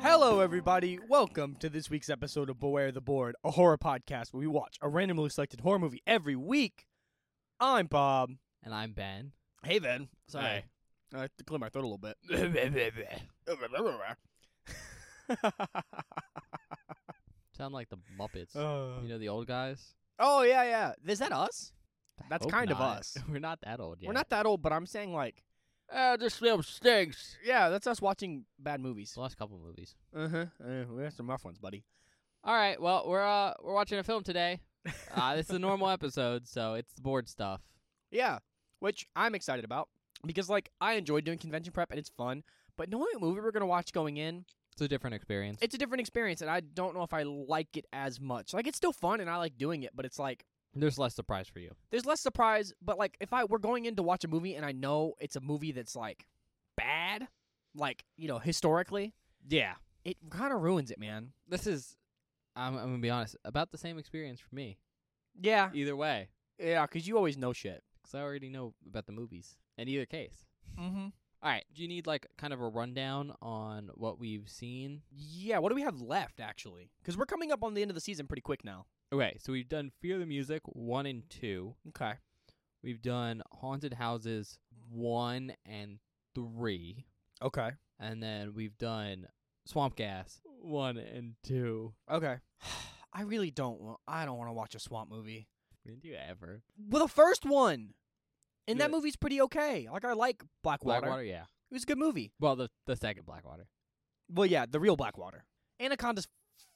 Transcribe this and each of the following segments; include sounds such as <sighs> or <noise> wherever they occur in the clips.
Hello, everybody. Welcome to this week's episode of Beware the Board, a horror podcast where we watch a randomly selected horror movie every week. I'm Bob. And I'm Ben. Hey, Ben. Sorry. I have to clear my throat a little <laughs> bit. <laughs> Sound like the Muppets. Uh, You know the old guys? oh, yeah, yeah. Is that us? I That's hope kind of not. us. <laughs> We're not that old yet. We're not that old, but I'm saying, like, Ah, this film stinks. yeah, that's us watching bad movies. The last couple movies. Uh-huh. Uh, we have some rough ones, buddy. All right. Well, we're uh we're watching a film <laughs> today. Uh, this is a normal episode, so it's the board stuff. Yeah, which I'm excited about because like I enjoy doing convention prep and it's fun. But knowing what movie we're gonna watch going in, It's a different experience. it's a different experience, and I don't know if I like it as much. Like it's still fun and I like doing it, but it's like There's less surprise for you. there's less surprise. But like if I we're going in to watch a movie and I know it's a movie that's like bad, like you know historically, Yeah. it kind of ruins it, man. This is. I'm, I'm gonna be honest. About the same experience for me. Yeah, Either way, yeah, because you always know shit. because I already know about the movies. In either case. Mm-hmm. All right. Do you need like kind of a rundown on what we've seen? Yeah, what do we have left actually? Because we're coming up on the end of the season pretty quick now. Okay, so we've done Fear the Music one and two. Okay. We've done Haunted Houses one and three, Okay. and then we've done Swamp Gas one and two. Okay. <sighs> I really don't want. I don't want to watch a swamp movie. Did you ever Well, the first one, and that Yeah. movie's pretty okay. Like I like Blackwater. Blackwater? Yeah. It was a good movie. Well, the the second Blackwater. Well, yeah, the real Blackwater. Anaconda's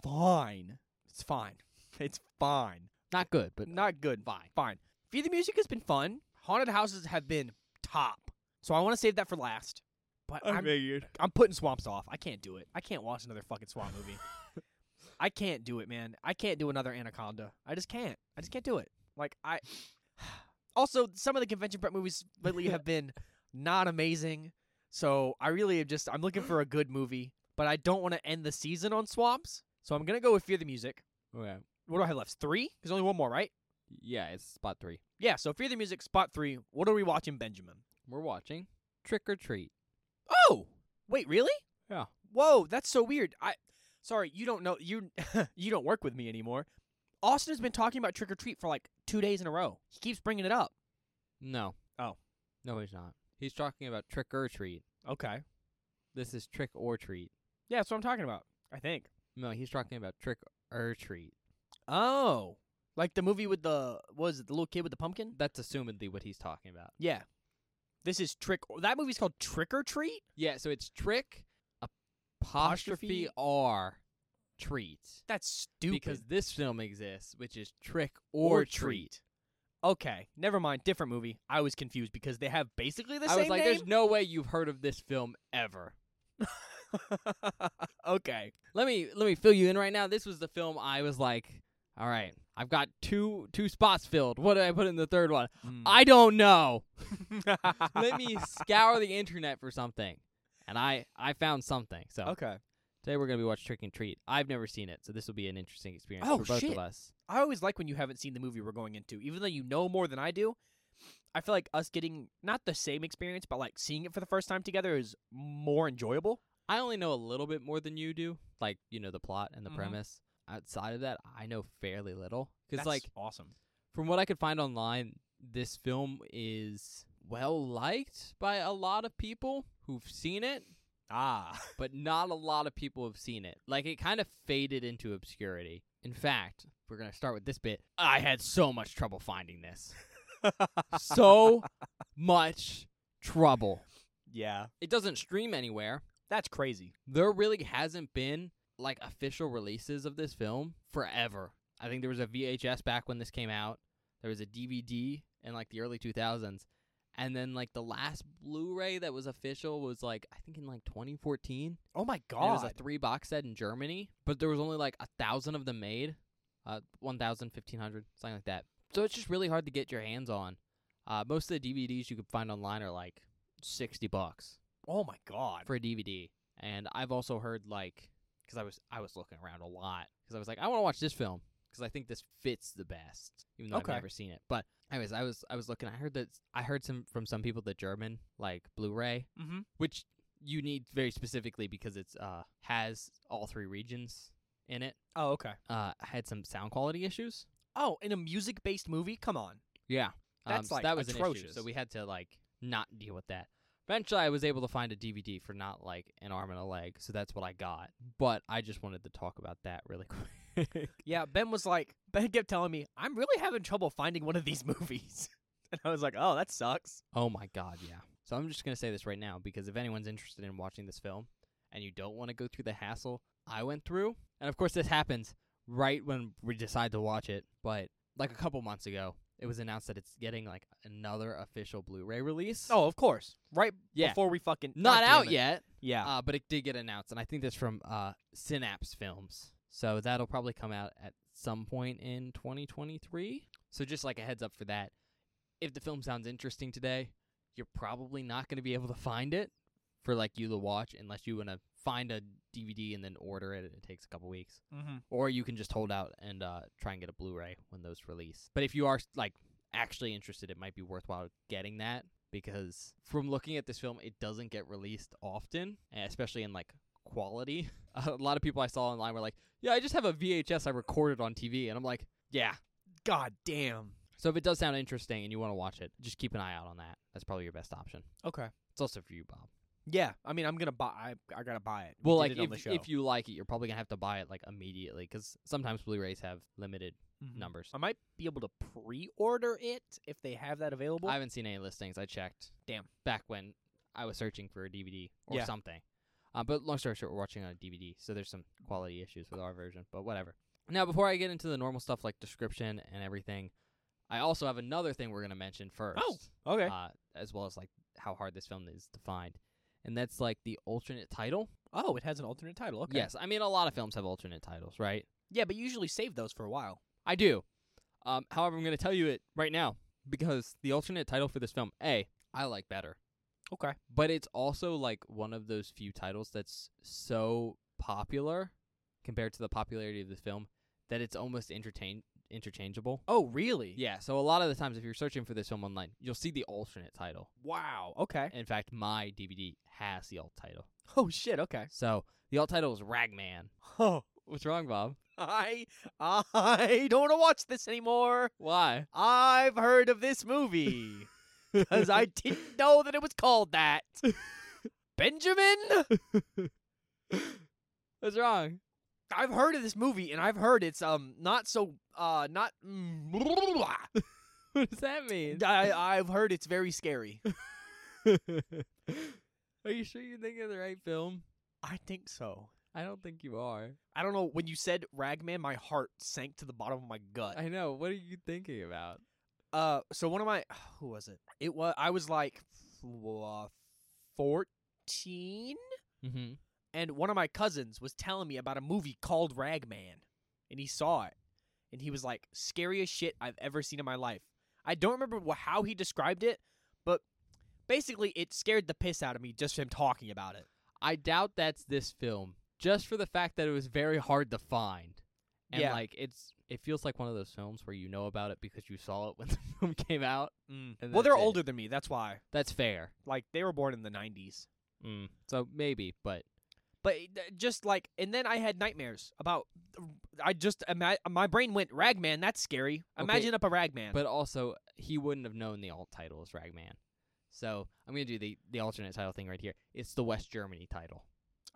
fine. It's fine. <laughs> It's fine. Not good, <laughs> but Not good. Fine. Fine. Feed the music has been fun. Haunted houses have been top. So I want to save that for last. But I'm, figured. I'm putting swamps off. I can't do it. I can't watch another fucking swamp movie. I can't do it, man. I can't do another Anaconda. I just can't. I just can't do it. Like I <sighs> also some of the convention prep movies lately have been not amazing. So I really am just I'm looking for a good movie, but I don't want to end the season on swamps. So I'm gonna go with Fear the Music. Okay. What do I have left? Three? There's only one more, right? Yeah, it's spot three. Yeah. So Fear the Music, spot three. What are we watching, Benjamin? We're watching Trick or Treat. Oh, wait, really? Yeah. Whoa, that's so weird. I, sorry, you don't know you <laughs> you don't work with me anymore. Austin has been talking about trick or treat for like two days in a row. He keeps bringing it up. No. Oh. No, he's not. He's talking about Trick or Treat. Okay. This is Trick or Treat. Yeah, that's what I'm talking about. I think. No, he's talking about Trick or Treat. Oh, like the movie with the what was it the little kid with the pumpkin? That's assumedly what he's talking about. Yeah. This is trick. That movie's called Trick or Treat. Yeah, so it's trick apostrophe Apostrophe? R treat. That's stupid. Because this film exists, which is trick or, treat. Okay, never mind. Different movie. I was confused because they have basically the I same was like, name. there's no way you've heard of this film ever. <laughs> okay. Let me let me fill you in right now. This was the film I was like, all right, I've got two two spots filled. What did I put in the third one? Hmm. <laughs> I don't know. Let me scour the internet for something. And I I found something. So Okay. today we're gonna be watching Trick and Treat. I've never seen it, so this will be an interesting experience Oh, for both shit. of us. I always like when you haven't seen the movie we're going into, even though you know more than I do. I feel like us getting not the same experience, but like seeing it for the first time together is more enjoyable. I only know a little bit more than you do, like you know the plot and the Mhm. premise. Outside of that, I know fairly little because, That's like, awesome. from what I could find online, this film is well liked by a lot of people who've seen it, Ah, <laughs> but not a lot of people have seen it. Like, it kind of faded into obscurity. In fact, we're gonna start with this bit. I had so much trouble finding this, so much trouble. yeah, It doesn't stream anywhere. that's crazy. there really hasn't been like official releases of this film forever. I think there was a VHS back when this came out. There was a DVD in like the early 2000s. And then like the last Blu-ray that was official was like I think in like 2014. Oh my And It was god, a three box set in Germany, but there was only like a thousand of them made, uh, one thousand, fifteen hundred, something like that. So it's just really hard to get your hands on. Uh, most of the DVDs you could find online are like sixty bucks oh my god. for a DVD. And I've also heard like because I was I was looking around a lot because I was like I want to watch this film because I think this fits the best, even though Okay. I've never seen it. But anyways, I was I was looking. I heard that I heard some from some people the German like Blu-ray, Mm-hmm. which you need very specifically because it's uh has all three regions in it. Oh, okay. Uh, had some sound quality issues. Oh, in a music-based movie? Come on. Yeah, Um, That's, so like, that was An issue, atrocious. so we had to like not deal with that. Eventually, I was able to find a DVD for not like an arm and a leg, so that's what I got. But I just wanted to talk about that really <laughs> quick. Yeah, Ben was like, <laughs> Ben kept telling me, I'm really having trouble finding one of these <laughs> movies. And I was like, oh, that sucks. oh my god, yeah. So I'm just gonna say this right now because if anyone's interested in watching this film and you don't want to go through the hassle I went through, and of course this happens right when we decide to watch it, but like a couple months ago, it was announced that it's getting like another official Blu-ray release. Oh, of course. Right Yeah. before we fucking. not God damn out it. yet. Yeah. Uh, but it did get announced, and I think that's from uh, Synapse Films. So that'll probably come out at some point in 2023. So just like a heads up for that. If the film sounds interesting today, you're probably not going to be able to find it for like you to watch unless you want to find a DVD and then order it. It takes a couple weeks. mm-hmm. Or you can just hold out and uh, try and get a Blu-ray when those release. But if you are like actually interested, it might be worthwhile getting that because from looking at this film, it doesn't get released often, and especially in like quality. <laughs> A lot of people I saw online were like, "Yeah, I just have a VHS I recorded on TV," and I'm like, "Yeah." God damn. So if it does sound interesting and you want to watch it, just keep an eye out on that. That's probably your best option. Okay. It's also for you, Bob. Yeah. I mean, I'm going to buy. I, I got to buy it. Well, we like did it on the if, show. if you like it, you're probably gonna have to buy it like immediately because sometimes Blu-rays have limited Mhm. numbers. I might be able to pre order it if they have that available. I haven't seen any listings. I checked. Damn. Back when I was searching for a DVD or Yeah. something. Uh, but long story short, we're watching on a DVD, so there's some quality issues with our version, but whatever. Now, before I get into the normal stuff like description and everything, I also have another thing we're going to mention first. Oh, okay. Uh, as well as like how hard this film is to find. And that's like the alternate title. oh, it has an alternate title. Okay. Yes, I mean, a lot of films have alternate titles, right? Yeah, but you usually save those for a while. I do. Um, however, I'm going to tell you it right now because the alternate title for this film, A, I like better. Okay. But it's also like one of those few titles that's so popular compared to the popularity of the film that it's almost intertain- interchangeable. Oh, really? Yeah, so a lot of the times if you're searching for this film online, you'll see the alternate title. Wow. Okay. In fact, my DVD has the alt title. Oh, shit. Okay. So the alt title is Ragman. Oh, What's wrong, Bob? I I don't want to watch this anymore. Why? I've heard of this movie <laughs> because I didn't know that it was called that. Benjamin, What's wrong? <laughs> I've heard of this movie and I've heard it's um not so uh not. I What does that <laughs> mean? I've heard it's very scary. <laughs> are you sure you're thinking of the right film? I think so. I don't think you are. I don't know. When you said Ragman, my heart sank to the bottom of my gut. I know. What are you thinking about? Uh, so one of my <sighs> who was it? It was I was like uh, fourteen, Mm-hmm. and one of my cousins was telling me about a movie called Ragman, and he saw it, and he was like, "Scariest shit I've ever seen in my life." I don't remember wh- how he described it, but basically, it scared the piss out of me just him talking about it. I doubt that's this film, just for the fact that it was very hard to find, and Yeah. like it's it feels like one of those films where you know about it because you saw it when <laughs> the film came out. And Mm. Well, they're that's it. older than me, that's why. That's fair. Like they were born in the '90s. Mm. So maybe, but But it- th- just like, and then I had nightmares about. I just ima- my brain went Ragman. That's scary. Okay, Imagine up a Ragman. but also he wouldn't have known the alt title is Ragman. So I'm gonna do the the alternate title thing right here. It's the West Germany title.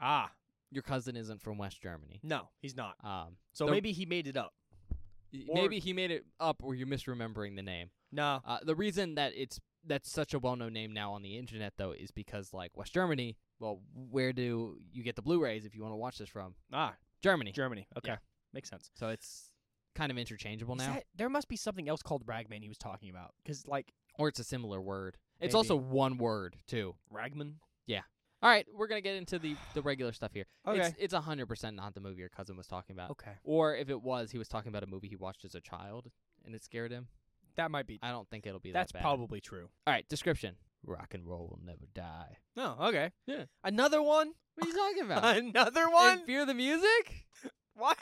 ah, your cousin isn't from West Germany. no, he's not. Um, So The- maybe he made it up. y- Or- maybe he made it up, or you're misremembering the name. No. Uh, the reason that it's that's such a well-known name now on the internet, though, is because like West Germany. Well, where do you get the Blu-rays if you want to watch this from? Ah, Germany. Germany. Okay, Yeah. makes sense. so it's kind of interchangeable Is now, that- there must be something else called Ragman he was talking about, because like or it's a similar word. It's Maybe. also one word too. Ragman. All right, we're gonna get into the the regular stuff here. It's- It's it's a hundred percent not the movie your cousin was talking about, okay, or if it was, he was talking about a movie he watched as a child and it scared him. that might be. I don't think it'll be That's that bad. probably true. All right, description. Rock and roll will never die. No. Okay. Yeah. Another one. What <laughs> are you talking about? Another one. <laughs> And fear the music? What?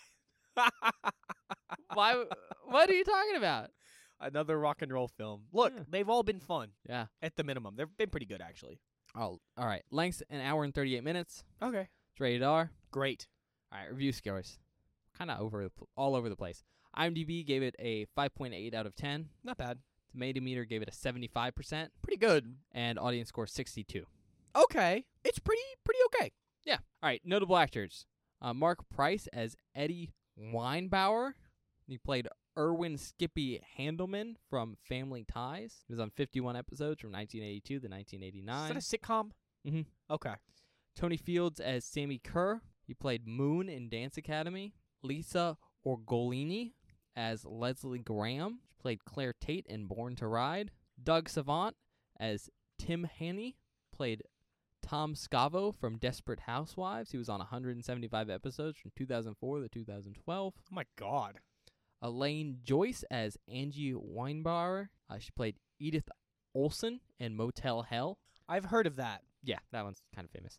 Why? w- what are you talking about? Another rock and roll film. Look, Yeah. they've all been fun Yeah. at the minimum. They've been pretty good actually. Oh, all right. Length's an hour and 38 minutes. Okay. It's rated R. Great. All right, review scores. Kind of over the pl- all over the place. IMDb gave it a 5.8 out of 10. Not bad. Tomatometer gave it a 75%, Pretty good. and audience score 62. Okay. It's pretty pretty okay. Yeah. All right, notable actors. Uh, Mark Price as Eddie Weinbauer. He played Erwin Skippy Handelman from Family Ties. He was on 51 episodes from 1982 to Is 1989. that a sitcom? Mhm. Okay. Tony Fields as Sammy Kerr. He played Moon in Dance Academy. Lisa Orgolini as Leslie Graham. She played Claire Tate in Born to Ride. Doug Savant as Tim Haney. Played Tom Scavo from Desperate Housewives. He was on 175 episodes from 2004 to 2012. Oh my god. Elaine Joyce as Angie Weinbauer. Uh, she played Edith Olson in Motel Hell. I've heard of that. Yeah, that one's kind of famous.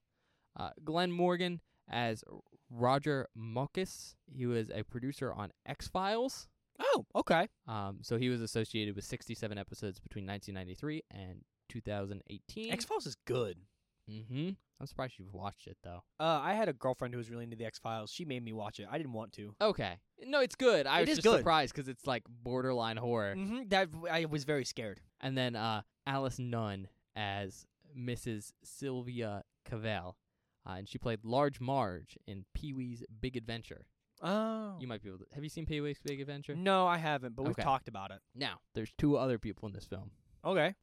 Uh, Glenn Morgan as R- Roger Mockis. He was a producer on X Files. Oh, okay. Um, so he was associated with 67 episodes between 1993 and 2018. X Files is good. mm-hmm. I'm surprised you've watched it though. Uh, I had a girlfriend who was really into the X Files. She made me watch it. I didn't want to. Okay. No, it's good. I It was is just good. surprised because it's like borderline horror. Mm-hmm. That I was very scared. And then uh, Alice Nunn as Mrs. Sylvia Cavell. Uh, and she played Large Marge in Pee Wee's Big Adventure. Oh. You might be able to. Have you seen Pee Wee's Big Adventure? No, I haven't, but we've Okay. talked about it. Now, there's two other people in this film. Okay.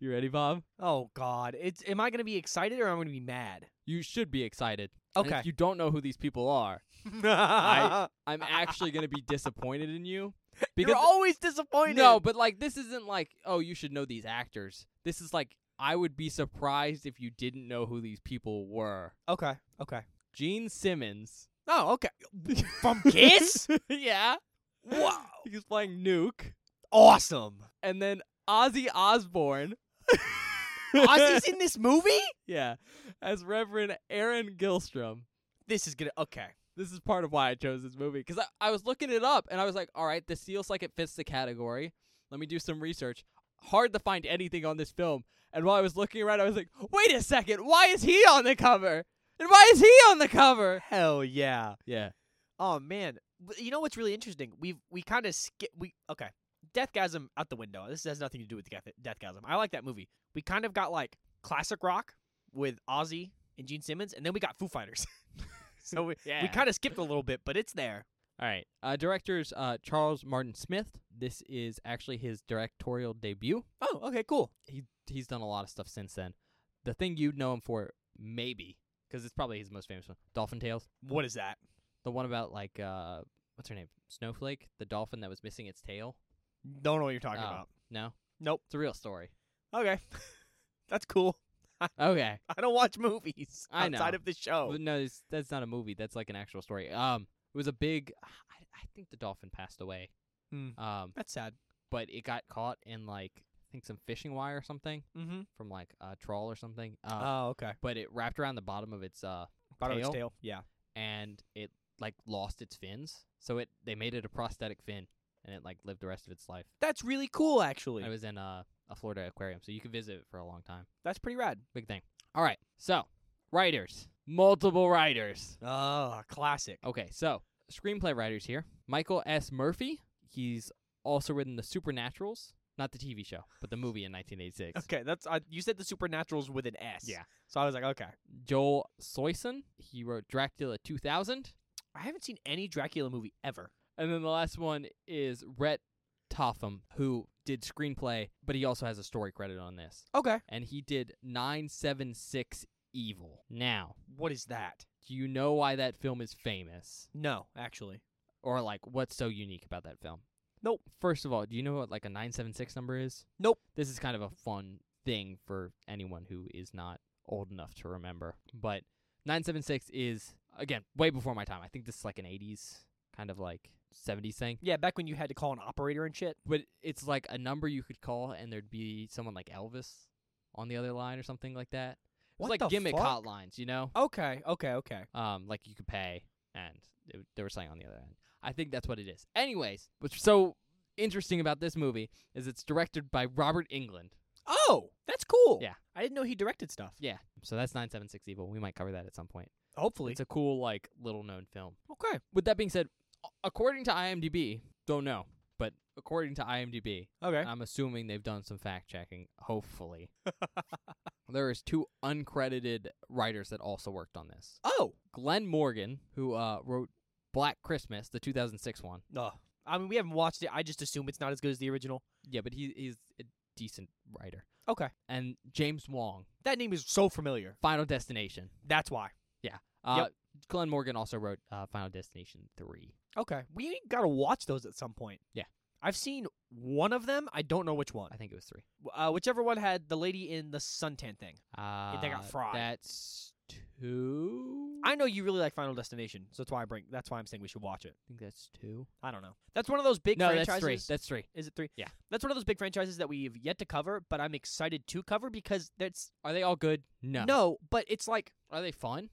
you ready, Bob? Oh God, it's am I gonna be excited or am I gonna be mad? You should be excited. And Okay. if you don't know who these people are, <laughs> I, I'm actually going to be disappointed in you. <laughs> You're always disappointed. no, but like this isn't like oh you should know these actors. This is like I would be surprised if you didn't know who these people were. Okay. Okay. Gene Simmons Oh, okay. From <laughs> Kiss. <laughs> yeah. wow. He was playing Nuke, Awesome. and then Ozzy Osbourne. <laughs> Ozzy's in Oh, this movie. <laughs> yeah, as Reverend Aaron Gilstrom. This is gonna. Okay. this is part of why I chose this movie because I, I was looking it up and I was like, all right, this feels like it fits the category. Let me do some research. Hard to find anything on this film. And while I was looking around, I was like, wait a second, why is he on the cover? And why is he on the cover? Hell yeah. Yeah. Oh man. But You know what's really interesting? We've we kind of skip. We okay. Deathgasm out the window. This has nothing to do with Death- Deathgasm. I like that movie. We kind of got like classic rock with Ozzy and Gene Simmons, and then we got Foo Fighters. <laughs> so we, Yeah. we kind of skipped a little bit, but it's there. All right. Uh, director's uh, Charles Martin Smith. This is actually his directorial debut. Oh, okay, cool. He he's done a lot of stuff since then. The thing you'd know him for, maybe, because it's probably his most famous one, Dolphin Tales. What is that? The one about like uh what's her name? Snowflake, the dolphin that was missing its tail. Don't know what you're talking Oh. about. No? Nope. It's a real story. <laughs> Okay, <laughs> that's cool. Okay. I don't watch movies I outside know. of the show. But no, it's, that's not a movie. That's like an actual story. Um it was a big I, I think the dolphin passed away. Mm. Um That's sad. but it got caught in like I think some fishing wire or something Mm-hmm. from like a trawl or something. Um, oh, okay. but it wrapped around the bottom of its uh Bottom of tail? its tail. Yeah. and it like lost its fins. So it they made it a prosthetic fin and it like lived the rest of its life. That's really cool, actually. I was in uh, a Florida aquarium, so you could visit it for a long time. That's pretty rad. Big thing. All right. So, writers. Multiple writers. Oh, classic. Okay, so screenplay writers here. Michael S. Murphy. He's also written The Supernaturals, not the TV show, but the movie in 1986. Okay, that's uh, you said the supernaturals with an S. Yeah. So I was like, okay. Joel Soyson. He wrote Dracula 2000. I haven't seen any Dracula movie ever. And then the last one is Rhett Topham, who did screenplay, but he also has a story credit on this. Okay. And he did 976 Evil. Now, What is that? do you know why that film is famous? No, actually. or like what's so unique about that film? Nope. First of all, do you know what like a 976 number is? Nope. This is kind of a fun thing for anyone who is not old enough to remember. But 976 is again way before my time. I think this is like an 80s kind of like 70s thing. Yeah, back when you had to call an operator and shit. But it's like a number you could call and there'd be someone like Elvis on the other line or something like that. It's What like the gimmick fuck? hotlines, you know? Okay, okay, okay. um, like you could pay, and it, there was something on the other end. I think that's what it is. Anyways, what's so interesting about this movie is it's directed by Robert England. Oh, that's cool. Yeah. I didn't know he directed stuff. Yeah. So that's 976 Evil. We might cover that at some point. Hopefully. It's a cool, like, little known film. okay. With that being said, a- according to IMDb, don't know, but according to IMDb, Okay. I'm assuming they've done some fact checking, hopefully. there is two uncredited writers that also worked on this. oh. Glenn Morgan, who uh, wrote Black Christmas, the 2006 one. No. I mean, we haven't watched it. I just assume it's not as good as the original. Yeah, but he, he's a decent writer. Okay. And James Wong, That name is so familiar. Final Destination. That's why. Uh, Yep. Glenn Morgan also wrote uh, Final Destination 3. Okay. We got to watch those at some point. Yeah. I've seen one of them. I don't know which one. I think it was 3. Uh, whichever one had the lady in the suntan thing. Uh, they got fried. That's 2. I know you really like Final Destination, so that's why I bring. That's why I'm saying we should watch it. think that's 2. I don't know. That's one of those big no, franchises. that's 3. That's 3. Is it three? Yeah. That's one of those big franchises that we've yet to cover, but I'm excited to cover because that's Are they all good? No. no, but it's like Are they fun?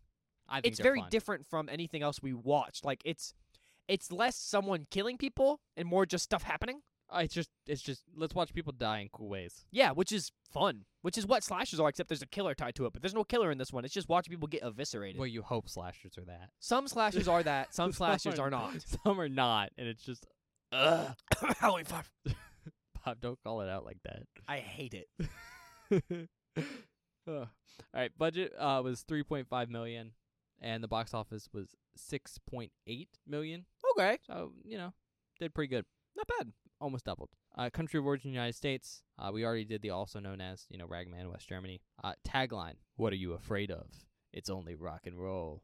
I think it's they're very fun. different from anything else we watched. Like it's it's less someone killing people and more just stuff happening. Uh, it's just it's just let's watch people die in cool ways. Yeah, which is fun. Which is what slashers are, except there's a killer tied to it. But there's no killer in this one. It's just watching people get eviscerated. Well, you hope slashers are that. Some slashers are that. <laughs> Some slashers are not. Some are not, and it's just ugh. <coughs> Halloween Five. Bob, don't call it out like that. <laughs> I hate it. Ugh. All right, budget uh, was 3.5 million and the box office was 6.8 million. Okay, So, you know, did pretty good. not bad. Almost doubled. Uh, country of origin United States. Uh, we already did the also known as, you know, Ragman West Germany. Uh, tagline, what are you afraid of? It's only rock and roll.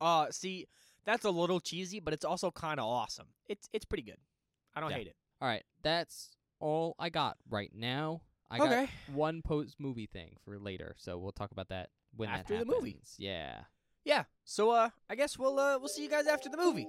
Uh, see, that's a little cheesy, but it's also kind of awesome. It's it's pretty good. I don't Yeah. hate it. All right, that's all I got right now. I got one post movie thing for later, so we'll talk about that when that After the movie. happens. Yeah. Yeah. So uh I guess we'll uh we'll see you guys after the movie.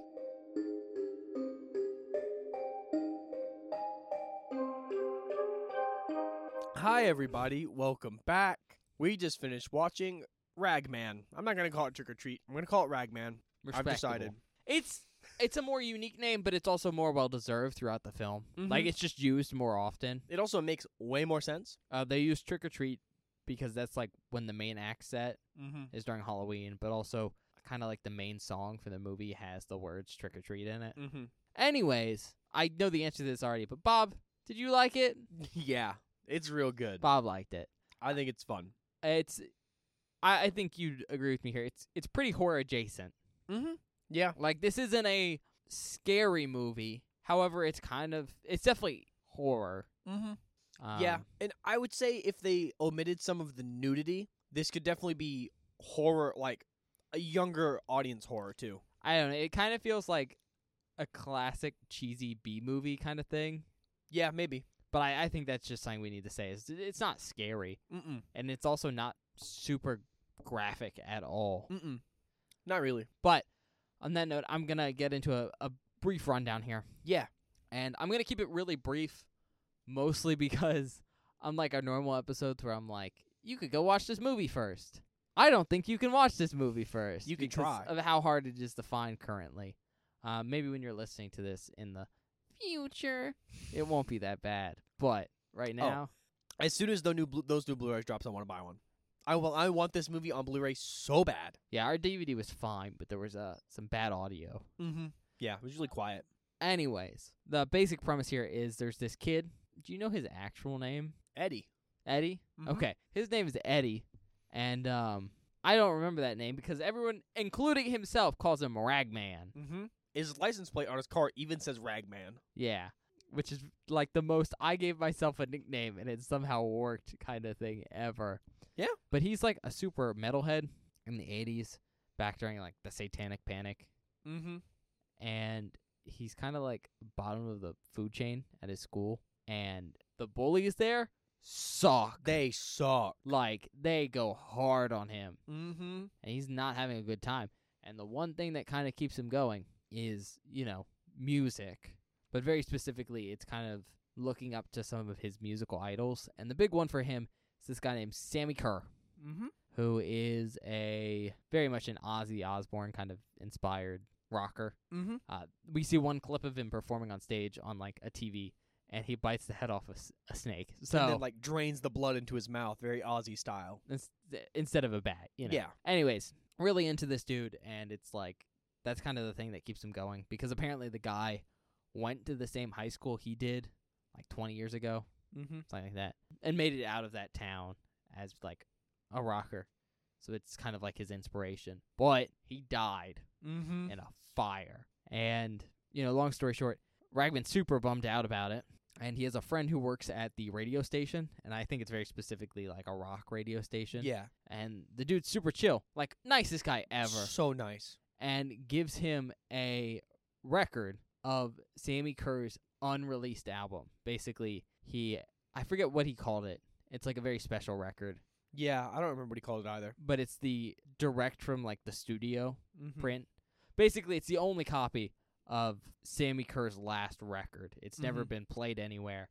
Hi everybody, welcome back. We just finished watching Ragman. I'm not gonna call it Trick or Treat. I'm gonna call it Ragman. I've decided. It's it's a more unique name, but it's also more well deserved throughout the film. Like Mhm. it's just used more often. It also makes way more sense. Uh, they use trick or treat because that's like when the main act set Mm-hmm. is during Halloween, but also kind of like the main song for the movie has the words trick or treat in it. Mm-hmm. Anyways, I know the answer to this already, but Bob, did you like it? <laughs> yeah, it's real good. Bob liked it. I think it's fun. It's I, I think you'd agree with me here. It's it's pretty horror adjacent. Mm-hmm. Yeah. Like this isn't a scary movie. However, it's kind of it's definitely horror. Mm-hmm. Um, yeah, and I would say if they omitted some of the nudity, this could definitely be horror, like a younger audience horror too. I don't know. It kind of feels like a classic cheesy B movie kind of thing. Yeah, maybe. But I, I think that's just something we need to say is it- it's not scary Mm-mm. and it's also not super graphic at all. Mm-mm. Not really. But on that note, I'm gonna get into a, a brief rundown here. Yeah. And I'm gonna keep it really brief, mostly because unlike our normal episodes where I'm like, you could go watch this movie first. I don't think you can watch this movie first. You can because try. of how hard it is to find currently. Uh, maybe when you're listening to this in the future, it won't be that bad. But Oh. right now, As soon as the new blu- those new Blu-rays drops, I want to buy one. I will. I want this movie on Blu-ray so bad. yeah, our DVD was fine, but there was uh, some bad audio. Mm-hmm. Yeah, it was really quiet. Anyways, the basic premise here is there's this kid. Do you know his actual name? Eddie. Eddie? Mhm. Okay. His name is Eddie. And um I don't remember that name because everyone, including himself, calls him Ragman. Mm-hmm. His license plate on his car even says Ragman. Yeah. Which is like the most I gave myself a nickname and it somehow worked kind of thing ever. Yeah. But he's like a super metalhead in the 80s, back during like the Satanic Panic. Mm-hmm. and he's kind of like bottom of the food chain at his school and the bullies there suck They suck. like they go hard on him Mm-hmm. and he's not having a good time and the one thing that kind of keeps him going is you know music but very specifically it's kind of looking up to some of his musical idols and the big one for him is this guy named sammy kerr Mm-hmm. who is a very much an ozzy osbourne kind of inspired rocker Mm-hmm. uh, we see one clip of him performing on stage on like a TV and he bites the head off a, s- a snake. and So then like drains the blood into his mouth, very Aussie style. ins- instead of a bat, you know. Yeah. Anyways, really into this dude, and it's like that's kind of the thing that keeps him going because apparently the guy went to the same high school he did like 20 years ago, Mm-hmm. something like that, and made it out of that town as like a rocker. So it's kind of like his inspiration. But he died Mm-hmm. in a fire. And, you know, long story short, Ragman's super bummed out about it. And he has a friend who works at the radio station. And I think it's very specifically like a rock radio station. Yeah. And the dude's super chill, like, nicest guy ever. So nice. And gives him a record of Sammy Kerr's unreleased album. Basically, he, I forget what he called it. It's like a very special record, Yeah, I don't remember what he called it either. but it's the direct from like the studio Mm-hmm. print. Basically, it's the only copy of Sammy Kerr's last record. It's never Mhm. been played anywhere,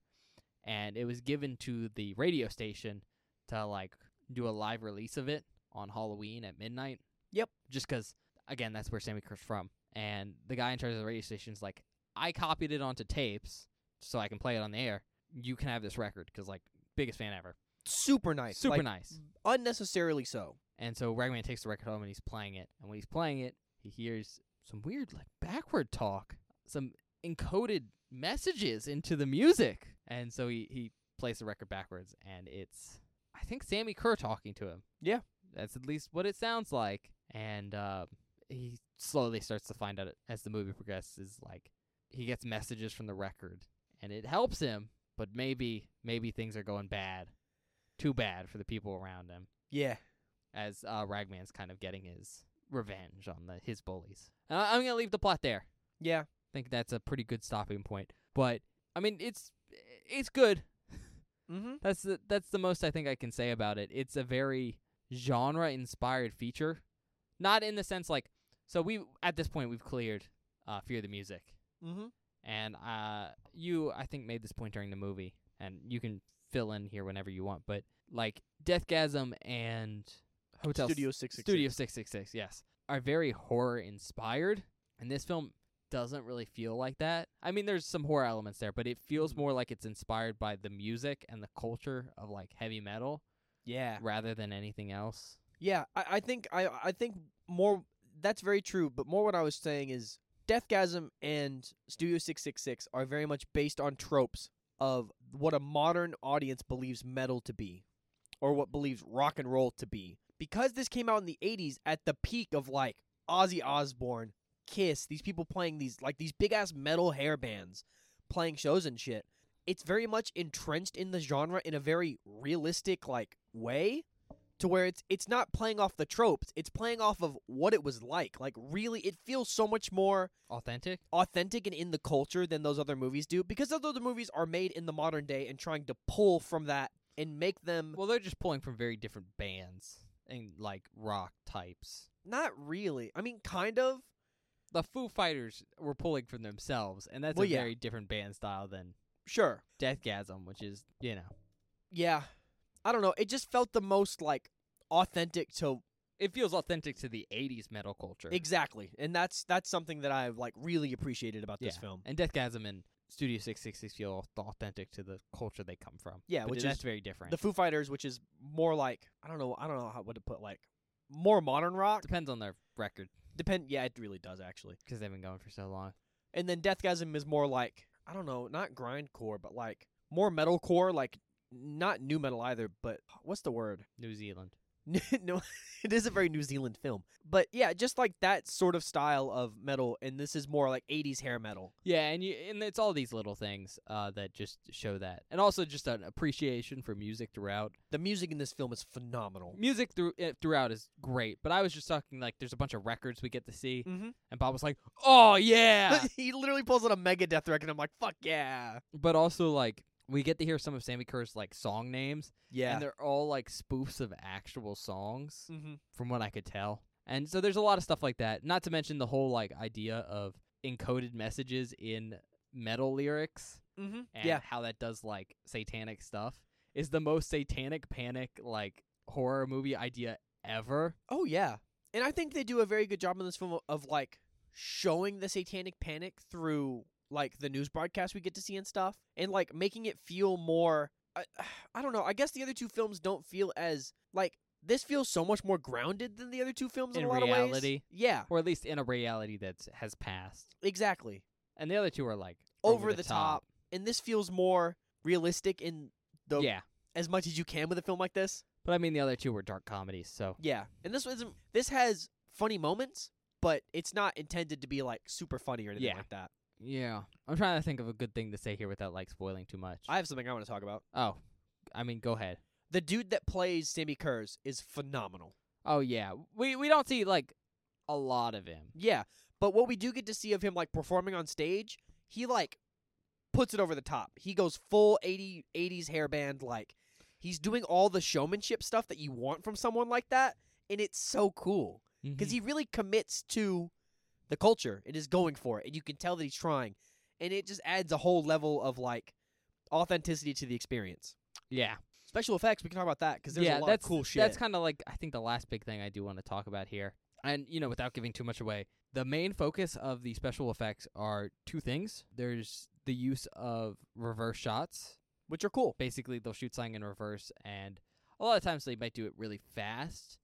and it was given to the radio station to like do a live release of it on Halloween at midnight. Yep. Just 'cause again, that's where Sammy Kerr's from, and the guy in charge of the radio station's like, I copied it onto tapes so I can play it on the air. You can have this record 'cause like biggest fan ever, Super nice. super like, nice. Unnecessarily so. And so Ragman takes the record home and he's playing it. And when he's playing it, he hears some weird, like, backward talk, some encoded messages into the music. And so he, he plays the record backwards, and it's, I think, Sammy Kerr talking to him. Yeah. That's at least what it sounds like. And uh, he slowly starts to find out as the movie progresses, like, he gets messages from the record, and it helps him, but maybe, maybe things are going bad. Too bad for the people around him Yeah. as uh, Ragman's kind of getting his revenge on the his bullies. Uh, I'm gonna leave the plot there. Yeah. I think that's a pretty good stopping point. But I mean, it's it's good. Mm-hmm. That's the that's the most I think I can say about it. It's a very genre inspired feature, not in the sense like so we at this point we've cleared uh, Fear the Music, Mm-hmm. and uh, you I think made this point during the movie, and you can fill in here whenever you want. But like Deathgasm and Hotel Studio Six Six. Studio 666, yes, are very horror inspired. And this film doesn't really feel like that. I mean, there's some horror elements there, but it feels more like it's inspired by the music and the culture of like heavy metal Yeah. rather than anything else. Yeah, I, I think I I think more that's very true, but more what I was saying is Deathgasm and Studio 666 are very much based on tropes of what a modern audience believes metal to be or what believes rock and roll to be. Because this came out in the 80s at the peak of like Ozzy Osbourne, Kiss, these people playing these like these big ass metal hair bands playing shows and shit. It's very much entrenched in the genre in a very realistic like way to where it's it's not playing off the tropes it's playing off of what it was like like really it feels so much more Authentic? authentic and in the culture than those other movies do because those other movies are made in the modern day and trying to pull from that and make them Well, they're just pulling from very different bands and like rock types. not really i mean kind of The Foo Fighters were pulling from themselves, and that's Well, a yeah. very different band style than sure Deathgasm, which is, you know, yeah i don't know it just felt the most like authentic to it feels authentic to the 80s metal culture. exactly and that's that's something that i've like really appreciated about this Yeah. film And Deathgasm and Studio 666 feel authentic to the culture they come from. yeah But which that's is very different. the foo fighters which is more like i don't know i don't know how what to put like more modern rock Depends on their record Depend. Yeah, it really does actually. because they've been going for so long. And then Deathgasm is more like I don't know, not grindcore, but like more metalcore, like not new metal either. But what's the word? <laughs> New Zealand. no, it is a very New Zealand film. But yeah, just like that sort of style of metal, and this is more like '80s hair metal. Yeah, and you and it's all these little things uh, that just show that, and also just an appreciation for music throughout. The music in this film is <laughs> phenomenal. Music through eh, throughout is great, but I was just talking like there's a bunch of records we get to see, Mhm. and Bob was like, "Oh yeah," <laughs> <laughs> he literally pulls out a Megadeth record. and I'm like, fuck yeah, but also like we get to hear some of Sammy Kerr's like song names, yeah. and they're all like spoofs of actual songs. mm-hmm. from what I could tell. And so there's a lot of stuff like that. Not to mention the whole like idea of encoded messages in metal lyrics Mm-hmm. and Yeah, how that does like satanic stuff is the most satanic panic like horror movie idea ever. Oh yeah, and I think they do a very good job in this film of like showing the satanic panic through like the news broadcasts we get to see and stuff, and like making it feel more. I, <sighs> I don't know. I guess the other two films don't feel as like this feels so much more grounded than the other two films in, In a lot of ways. reality. Yeah, or at least in a reality that has passed. exactly. And the other two are like Over, the, top. and this feels more realistic in the Yeah, as much as you can with a film like this. but I mean the other two were dark comedies, so Yeah, and this isn't. This has funny moments, but it's not intended to be like super funny or anything Yeah. like that. yeah. I'm trying to think of a good thing to say here without like spoiling too much. I have something I want to talk about. oh, I mean, go ahead. The dude that plays Sammy Kerrs is phenomenal. Oh yeah, we we don't see like a lot of him. Yeah, but what we do get to see of him like performing on stage, he like puts it over the top. He goes full 80 80s hairband like he's doing all the showmanship stuff that you want from someone like that and it's so cool Mm-hmm. because he really commits to the culture and is going for it and you can tell that he's trying and it just adds a whole level of like authenticity to the experience. yeah, Special effects, we can talk about that because there's yeah, a lot that's of cool shit. That's kind of like I think the last big thing I do want to talk about here, and you know, without giving too much away, the main focus of the special effects are two things. There's the use of reverse shots. which are cool. Basically, they'll shoot something in reverse, and a lot of times they might do it really fast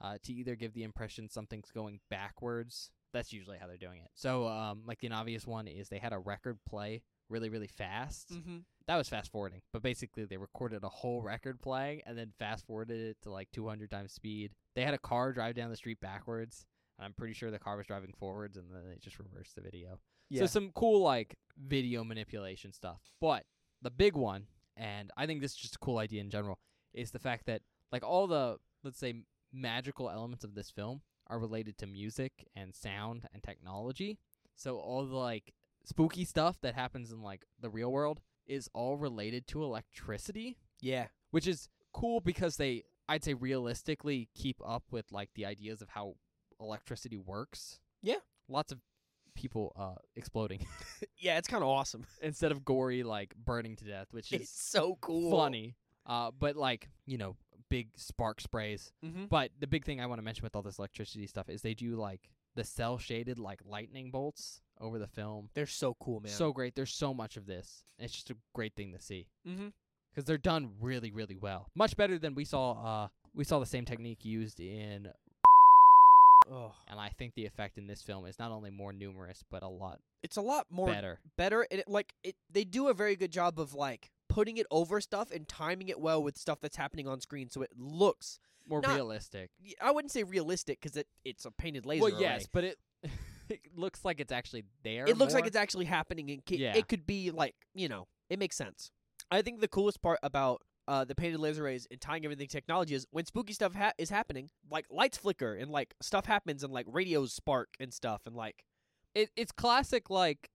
uh, to either give the impression something's going backwards. That's usually how they're doing it. So, um, like the obvious one is they had a record play really, really fast Mm-hmm. that was fast forwarding, but basically they recorded a whole record playing and then fast forwarded it to like 200 times speed. They had a car drive down the street backwards, and I'm pretty sure the car was driving forwards, and then they just reversed the video. So Yeah. some cool like video manipulation stuff. But the big one, and I think this is just a cool idea in general, is the fact that like all the let's say magical elements of this film are related to music and sound and technology. So all the like spooky stuff that happens in like the real world is all related to electricity, Yeah. which is cool because they I'd say realistically keep up with like the ideas of how electricity works. Yeah. Lots of people uh exploding Yeah, it's kind of awesome. <laughs> instead of gory like burning to death, which It's is so cool. funny. Uh, but like you know, big spark sprays. Mm-hmm. But the big thing I want to mention with all this electricity stuff is they do like the cell shaded like lightning bolts over the film. They're so cool, Oh, man. So great. There's so much of this. It's just a great thing to see mm-hmm. because they're done really, really well. Much better than we saw. Uh, we saw the same technique used in, oh, and I think the effect in this film is not only more numerous but a lot it's a lot more better. better. and it, like it, they do a very good job of like putting it over stuff and timing it well with stuff that's happening on screen, so it looks. More Not- realistic. y- I wouldn't say realistic because it, it's a painted laser. well, array. yes, but it <laughs> it looks like it's actually there. it looks like more. it's actually happening. And ca- Yeah. it could be like you know, it makes sense. I think the coolest part about uh, the painted laser rays and tying everything to technology is when spooky stuff ha- is happening, like lights flicker and like stuff happens and like radios spark and stuff and like it, it's classic like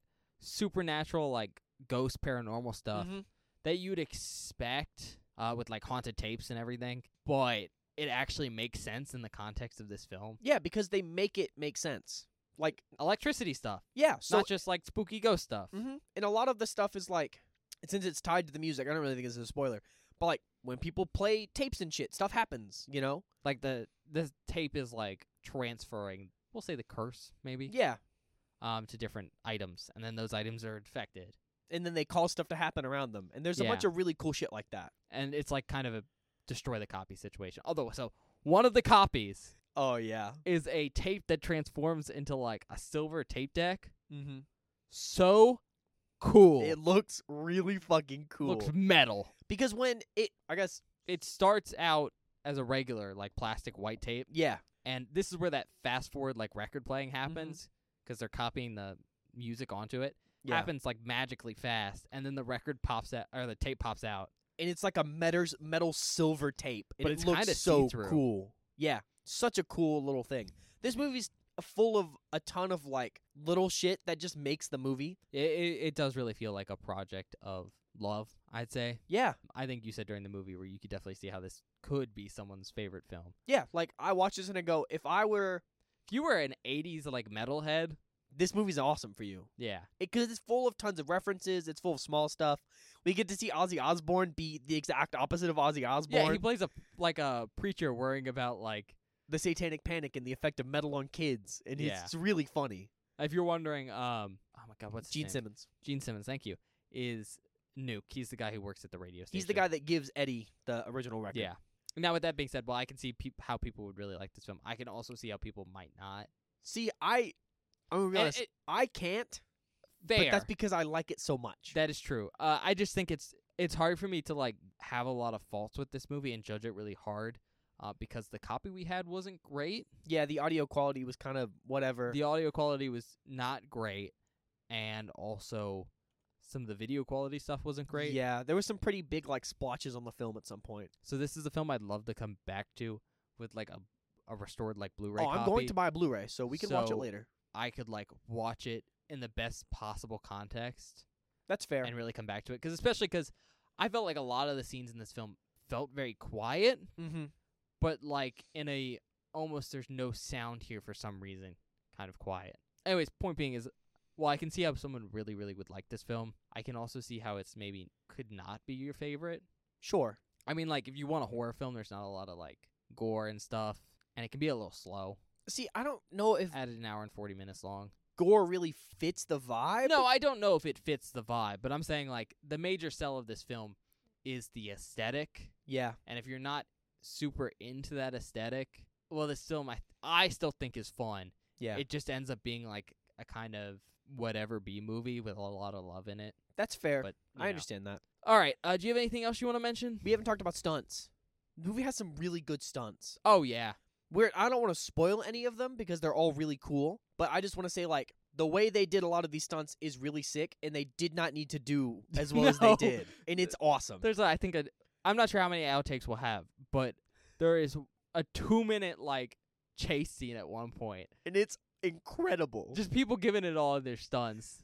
supernatural like ghost paranormal stuff Mhm. that you'd expect uh, with like haunted tapes and everything, but it actually makes sense in the context of this film. Yeah, because they make it make sense. Like, Electricity stuff, yeah, so not just like spooky ghost stuff. Mhm. and a lot of the stuff is like, since it's tied to the music, I don't really think this is a spoiler, but like when people play tapes and shit, stuff happens, you know? Like the the tape is like transferring, we'll say the curse maybe, Yeah, um, to different items, and then those items are infected, and then they cause stuff to happen around them, and there's a Yeah. bunch of really cool shit like that. and it's like kind of a destroy the copy situation. Although, so one of the copies Oh yeah, is a tape that transforms into like a silver tape deck. mm-hmm. so cool. it looks really fucking cool looks metal. because when it, I guess, It starts out as a regular like plastic white tape, yeah, Mm-hmm. and this is where that fast forward like record playing happens because they're copying the music onto it. yeah, Happens like magically fast, and then the record pops out or the tape pops out. and it's like a meters metal silver tape, and But it it's looks kinda so see-through. cool. Yeah, such a cool little thing. This movie's full of a ton of like little shit that just makes the movie. It, it, it does really feel like a project of love. I'd say. Yeah, I think you said during the movie where you could definitely see how this could be someone's favorite film. yeah. Like I watch this and I go, if I were, If you were an '80s like metalhead, this movie's awesome for you yeah, because it's full of tons of references. It's full of small stuff. We get to see Ozzy Osbourne be the exact opposite of Ozzy Osbourne. Yeah, he plays a like a preacher worrying about like the Satanic Panic and the effect of metal on kids, and Yeah. it's, it's really funny. if you're wondering um oh my god, what's his Gene name? Simmons. Gene Simmons, thank you. Is Nuke. He's the guy who works at the radio station. He's the guy that gives Eddie the original record. Yeah. Now, with that being said, well, I can see peop how people would really like this film. I can also see how people might not. See, I I'm gonna be And honest, Eh, it- I can't. fair. But that's because I like it so much. That is true. Uh, I just think it's it's hard for me to like have a lot of faults with this movie and judge it really hard uh, because the copy we had wasn't great. yeah, the audio quality was kind of whatever. The audio quality was not great, and also some of the video quality stuff wasn't great. Yeah, there was some pretty big like splotches on the film at some point. So this is a film I'd love to come back to with like a a restored like Blu-ray oh, I'm copy. going to buy a Blu-ray, so we can watch it So- later. I could like watch it in the best possible context That's fair. and really come back to it because especially because I felt like a lot of the scenes in this film felt very quiet. mm-hmm. but like in a almost there's no sound here for some reason kind of quiet anyways point being is while i can see how someone really really would like this film i can also see how it's maybe could not be your favorite Sure. i mean like if you want a horror film there's not a lot of like gore and stuff and it can be a little slow See, I don't know if at an hour and 40 minutes long gore really fits the vibe. no i don't know if it fits the vibe but i'm saying like the major sell of this film is the aesthetic Yeah. and if you're not super into that aesthetic well this film i, I still think is fun Yeah. it just ends up being like a kind of whatever B movie with a lot of love in it. that's fair. But you I know. understand that. All right, uh, do you have anything else you want to mention? We haven't talked about stunts. The movie has some really good stunts. Oh yeah, We're I don't want to spoil any of them because they're all really cool, but I just want to say like the way they did a lot of these stunts is really sick and they did not need to do as well as they <laughs> No. did. And it's awesome. there's uh, I think a, I'm not sure how many outtakes we'll have, but there is a two minute like chase scene at one point. And it's incredible. Just people giving it all in their stunts.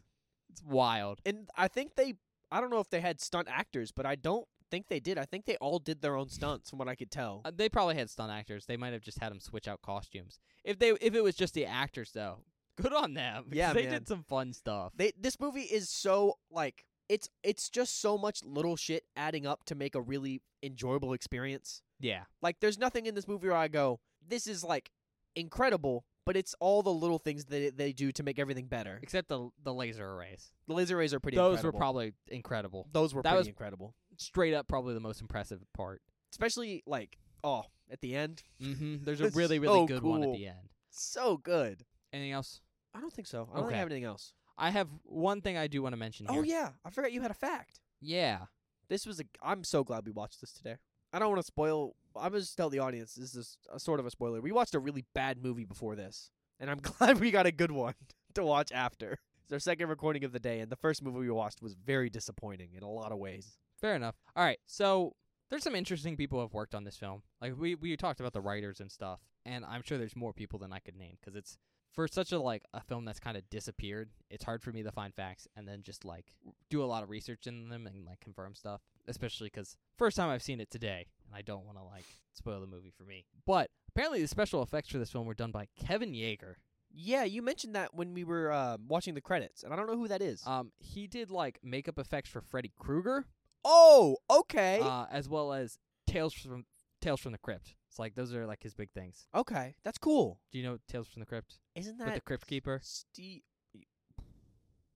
It's wild. and I think they I don't know if they had stunt actors, but I don't think they did. I think they all did their own stunts from what I could tell. Uh, they probably had stunt actors. They might have just had them switch out costumes. If they if it was just the actors though, good on them. <laughs> 'cause Yeah, they man. did some fun stuff. They this movie is so like it's it's just so much little shit adding up to make a really enjoyable experience. yeah, Like there's nothing in this movie where I go, this is like incredible, but it's all the little things that it- they do to make everything better. except the the laser arrays. The laser rays are pretty. Those incredible. were probably incredible. those were that pretty was- incredible, straight up probably the most impressive part. especially like oh at the end, Mm-hmm. There's a It's really really so good one at cool. the end. so good. Anything else? I don't think so. I don't think Okay. I have anything else. I have one thing I do want to mention here. Oh yeah, I forgot you had a fact. yeah. This was a. I'm so glad we watched this today. I don't want to spoil. I'm gonna just tell the audience this is a sort of a spoiler. We watched a really bad movie before this, and I'm <laughs> glad we got a good one to watch after. It's our second recording of the day, and the first movie we watched was very disappointing in a lot of ways. Fair enough. All right. So there's some interesting people who have worked on this film. Like we we talked about the writers and stuff, and I'm sure there's more people than I could name because it's for such a like a film that's kind of disappeared. It's hard for me to find facts and then just like do a lot of research in them and like confirm stuff, especially 'cause first time I've seen it today, and I don't want to like spoil the movie for me. But apparently the special effects for this film were done by Kevin Yeager. Yeah, you mentioned that when we were uh, watching the credits, and I don't know who that is. Um, he did like makeup effects for Freddy Krueger. oh, okay, uh, as well as Tales from Tales from the Crypt. It's like those are like his big things. okay, that's cool. Do you know Tales from the Crypt Isn't with that the Crypt Keeper? Steve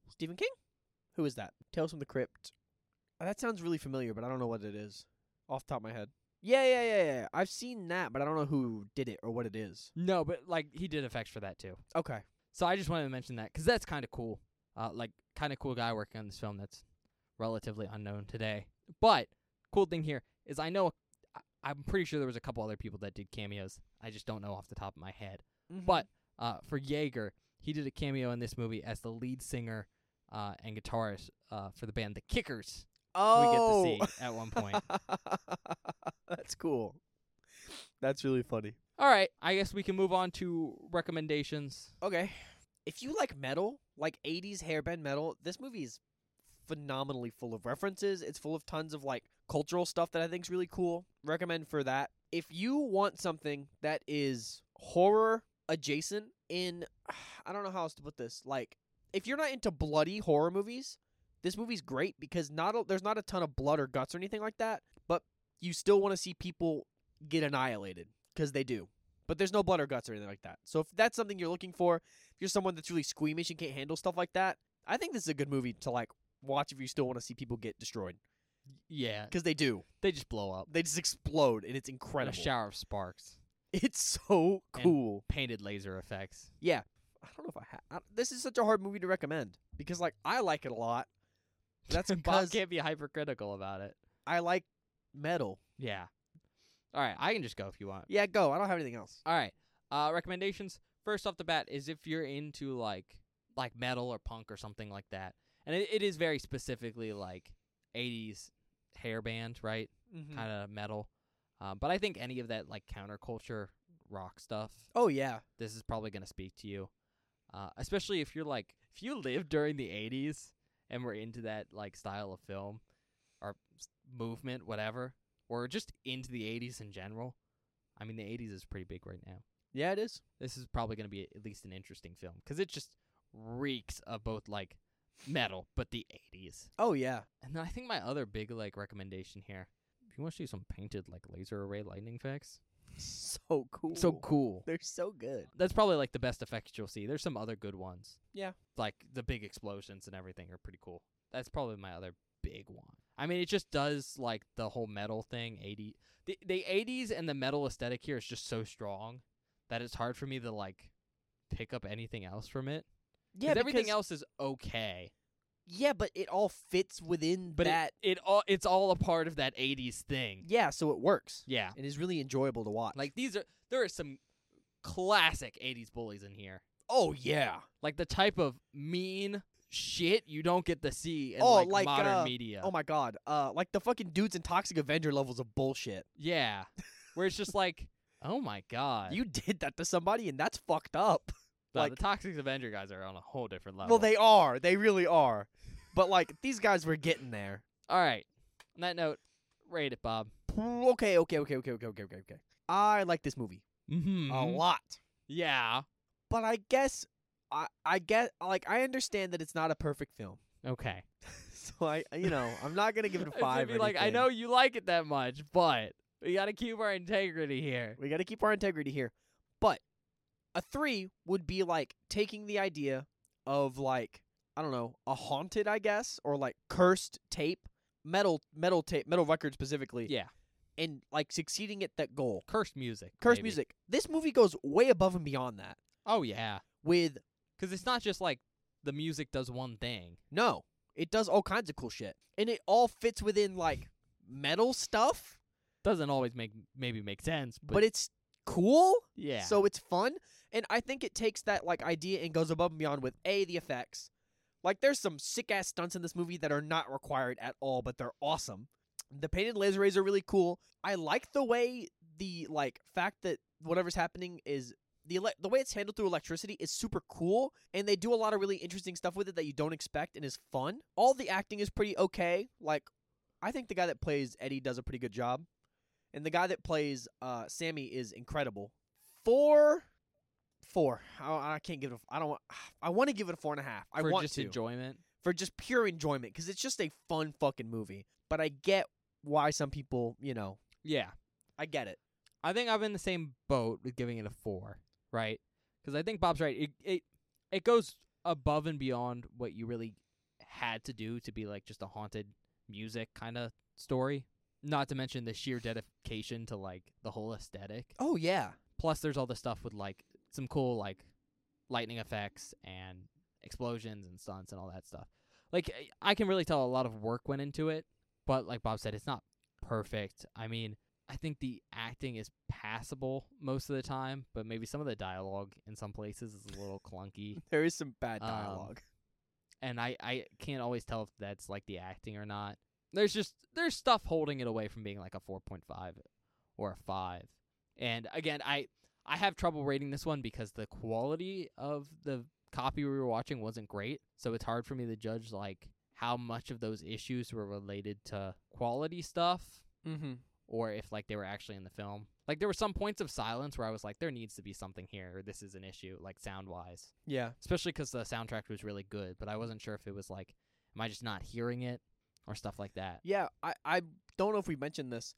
Stephen King? Who is that? Tales from the Crypt. Uh, That sounds really familiar, but I don't know what it is off the top of my head. Yeah, yeah, yeah, yeah. I've seen that, but I don't know who did it or what it is. No, but like he did effects for that too. Okay. So I just wanted to mention that 'cause that's kind of cool. Uh, like kind of cool guy working on this film that's relatively unknown today. But cool thing here is I know I- I'm pretty sure there was a couple other people that did cameos. I just don't know off the top of my head. But uh, for Jaeger, he did a cameo in this movie as the lead singer uh, and guitarist uh, for the band The Kickers. oh, we get to see at one point. <laughs> That's cool. That's really funny. <laughs> All right, I guess we can move on to recommendations. Okay. If you like metal, like 80s hairband metal, this movie is phenomenally full of references. It's full of tons of like cultural stuff that I think's really cool. Recommend for that. If you want something that is horror adjacent in <sighs> I don't know how else to put this. Like if you're not into bloody horror movies, this movie's great because not a, there's not a ton of blood or guts or anything like that, but you still want to see people get annihilated because they do but there's no blood or guts or anything like that. So if that's something you're looking for, if you're someone that's really squeamish and can't handle stuff like that, I think this is a good movie to like watch if you still want to see people get destroyed Yeah, because they do. they just blow up. They just explode and it's In a incredible. shower of sparks, <laughs> It's so And- cool. painted laser effects. <laughs> I don't know if I have. This is such a hard movie to recommend because like I like it a lot. But that's Bob because can't be hypercritical about it. I like metal. Yeah. All right, I can just go if you want. Yeah, go. I don't have anything else. All right. Uh, recommendations. First off the bat is if you're into like like metal or punk or something like that, and it, it is very specifically like '80s hair band, right? Kind of metal. Um, but I think any of that like counterculture rock stuff, Oh yeah. this is probably gonna speak to you. Uh, especially if you're like if you lived during the '80s and were into that like style of film or s- movement, whatever, or just into the '80s in general. I mean, the '80s is pretty big right now Yeah, it is. this is probably going to be at least an interesting film because it just reeks of both like metal, but the 80s. Oh yeah. <laughs> And then I think my other big like recommendation here, if you want to see some painted like laser array lightning effects, So cool. so cool. They're so good. That's probably like the best effects you'll see. There's some other good ones. Yeah. Like the big explosions and everything are pretty cool. That's probably my other big one. I mean, it just does like the whole metal thing. 80 the, the 80s and the metal aesthetic here is just so strong that it's hard for me to like pick up anything else from it. Yeah, everything because- else is okay, Yeah, but it all fits within but that. it, it all it's all a part of that '80s thing. yeah, so it works. Yeah, It is really enjoyable to watch. like these are there are some classic '80s bullies in here, oh yeah, like the type of mean shit you don't get to see in Oh, like, like, modern uh, media. oh my god, uh, like the fucking dudes in Toxic Avenger levels of bullshit. yeah, where it's just like, <laughs> oh my god, You <laughs> did that to somebody, and that's fucked up. No, like- the Toxic Avenger guys are on a whole different level. Well, they are. They really are. But like these guys were getting there. all right. On that note, rate it, Bob. Okay, okay, okay, okay, okay, okay, okay, okay. I like this movie Mm-hmm. a lot. Yeah. But I guess I I guess like I understand that it's not a perfect film. <laughs> Okay. So I you know, I'm not going to give it <laughs> It's a gonna 5 be or like, I anything. know you like it that much, but we gotta keep our integrity here. we got to keep our integrity here. But a 3 would be like taking the idea of like I don't know, a haunted, I guess, or like cursed tape, metal metal tape, metal record specifically. Yeah. And like succeeding at that goal. Cursed music. Curse maybe. music. This movie goes way above and beyond that. Oh yeah, With because it's not just like the music does one thing. no, it does all kinds of cool shit, and it all fits within like metal stuff, Doesn't always make maybe make sense, but, but, it's cool. yeah, So it's fun, and I think it takes that like idea and goes above and beyond with a the effects. Like there's some sick ass stunts in this movie that are not required at all, but they're awesome. The painted laser rays are really cool. I like the way the like fact that whatever's happening is the ele- the way it's handled through electricity is super cool, and they do a lot of really interesting stuff with it that you don't expect and is fun. All the acting is pretty okay. Like I think the guy that plays Eddie does a pretty good job, and the guy that plays uh, Sammy is incredible. Four, four. I, I can't give it. A, I don't. want- I want to give it a four and a half. I for want just to enjoyment. for just pure enjoyment because it's just a fun fucking movie. But I get why some people, you know, Yeah, I get it. I think I'm in the same boat with giving it a four, right? Because I think Bob's right. It it it goes above and beyond what you really had to do to be like just a haunted music kind of story. Not to mention the sheer dedication to like the whole aesthetic. Oh yeah, Plus, there's all the stuff with like some cool like lightning effects and explosions and stunts and all that stuff. Like I- I can really tell a lot of work went into it, but like Bob said, it's not perfect. I mean, I think the acting is passable most of the time, but maybe some of the dialogue in some places is a little clunky, there is some bad Um, dialogue. and I I can't always tell if that's like the acting or not. There's just there's stuff holding it away from being like a 4.5 or a 5. And again, I I have trouble rating this one because the quality of the copy we were watching wasn't great, so it's hard for me to judge like how much of those issues were related to quality stuff mm-hmm. or if like they were actually in the film. Like there were some points of silence where I was like there needs to be something here or this is an issue like sound-wise Yeah. especially 'cause the soundtrack was really good. But I wasn't sure if it was like, am I just not hearing it or stuff like that? Yeah, I, I don't know if we mentioned this.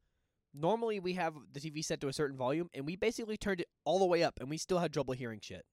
Normally, we have the TV set to a certain volume, and we basically turned it all the way up, and we still had trouble hearing shit.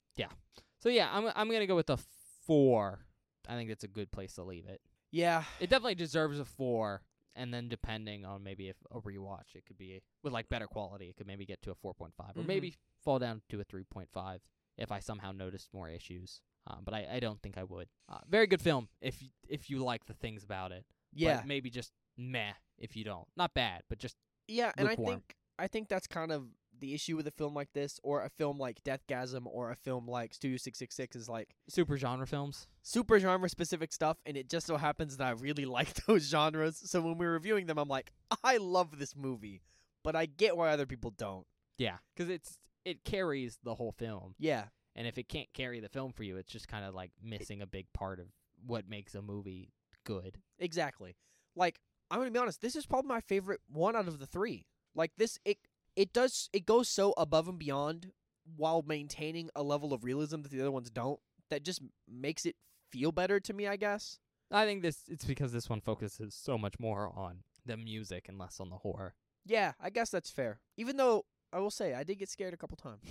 So yeah, I'm I'm gonna go with a four I think that's a good place to leave it. Yeah. It definitely deserves a four, and then depending on maybe if a rewatch, it could be with like better quality, it could maybe get to a four point five, or Mhm. maybe fall down to a three point five if I somehow noticed more issues. Um, but I, I don't think I would. Uh, very good film if y- if you like the things about it. but Yeah. maybe just meh if you don't. Not bad, but just Yeah, and I lukewarm. think I think that's kind of the issue with a film like this, or a film like Deathgasm, or a film like Studio Six Six Six is like super genre films. super genre specific stuff, and it just so happens that I really <laughs> like those genres. So when we were reviewing them, I'm like, I love this movie, but I get why other people don't. Yeah, because it's it carries the whole film, Yeah, and if it can't carry the film for you, it's just kind of like missing a big part of what makes a movie good. exactly. Like I'm gonna be honest, this is probably my favorite one out of the three. Like this, it it does it goes so above and beyond while maintaining a level of realism that the other ones don't. That just makes it feel better to me, I guess. I think this it's because this one focuses so much more on the music and less on the horror. <laughs> Yeah, I guess that's fair. Even though I will say I did get scared a couple times.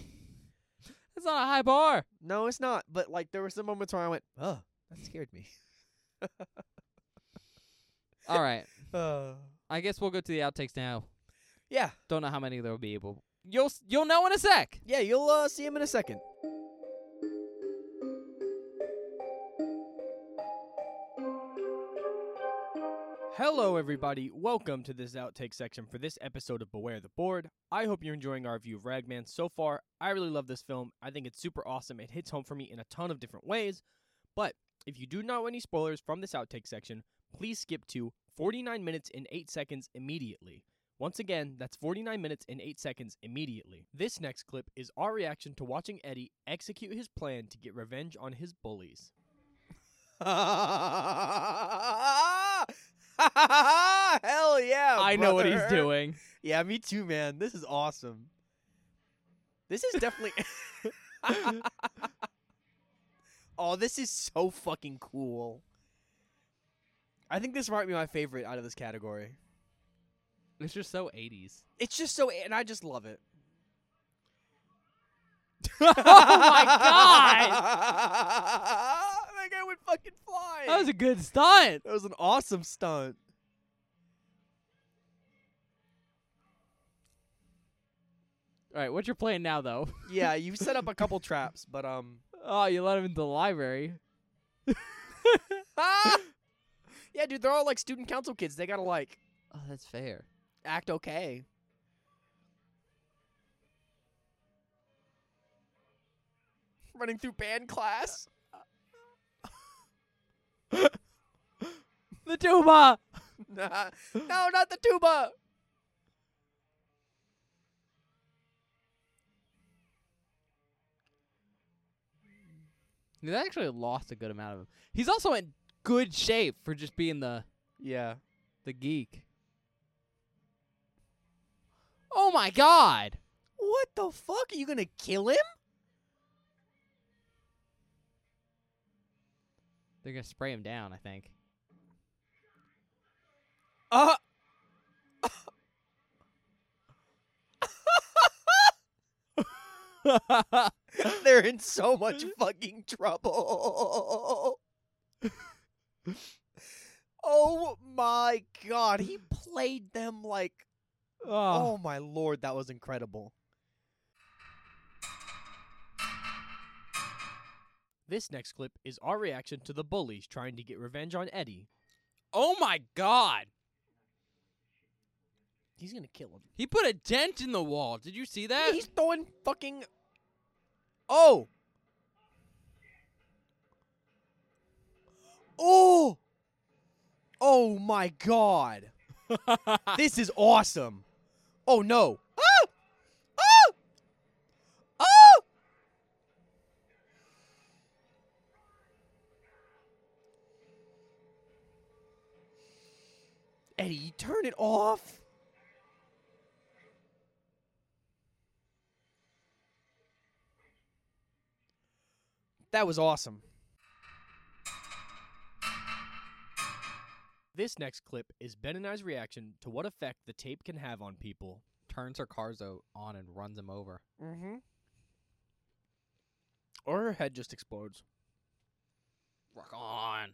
It's not a high <laughs> bar. No, it's not. But like there were some moments where I went, "Oh, that scared me." All right, Uh, I guess we'll go to the outtakes now. yeah, Don't know how many there will be, but you'll s- you'll know in a sec. yeah. You'll uh, see him in a second. Hello, everybody. Welcome to this outtake section for this episode of Beware the Board. I hope you're enjoying our review of Ragman so far. I really love this film. I think it's super awesome. It hits home for me in a ton of different ways. But if you do not want any spoilers from this outtake section, please skip to 49 minutes and 8 seconds immediately. Once again, that's 49 minutes and 8 seconds immediately. This next clip is our reaction to watching Eddie execute his plan to get revenge on his <laughs> bullies. Hell yeah! I know what he's Oh, brother. doing. Yeah, me too, man. This is awesome. This is definitely. <laughs> oh, this is so fucking cool. I think this might be my favorite out of this category. It's just so 80s. It's just so, and I just love it. <laughs> oh my god, <laughs> that guy would fucking fly. that was a good stunt. That was an awesome stunt. All right, what you're playing now though? Yeah, you've set up a couple traps, but um. Oh, you let him into the library. <laughs> yeah, dude, they're all like student council kids. They gotta like Oh, that's fair. act okay. Running through band class. <laughs> The tuba. Nah. No, not the tuba. He's actually lost a good amount of him. He's also in good shape for just being the Yeah. the geek. Oh my god. What the fuck? Are you gonna kill him? They're gonna spray him down, I <laughs> think. Uh. <laughs> Oh. They're in so much fucking <laughs> trouble. oh my god. He played them like. Oh my lord, that was incredible. This next clip is our reaction to the bullies trying to get revenge on Eddie. Oh my god. He's gonna kill him. He put a dent in the wall. Did you see that? He's throwing fucking. Oh! Oh! Oh my god. this is awesome. Oh no. Oh! Oh! Oh! Eddie, turn it off. That was awesome. This next clip is Ben and I's reaction to what effect the tape can have on people. Turns her cars o- on and runs him over. Mm-hmm. Or her head just explodes. Rock on.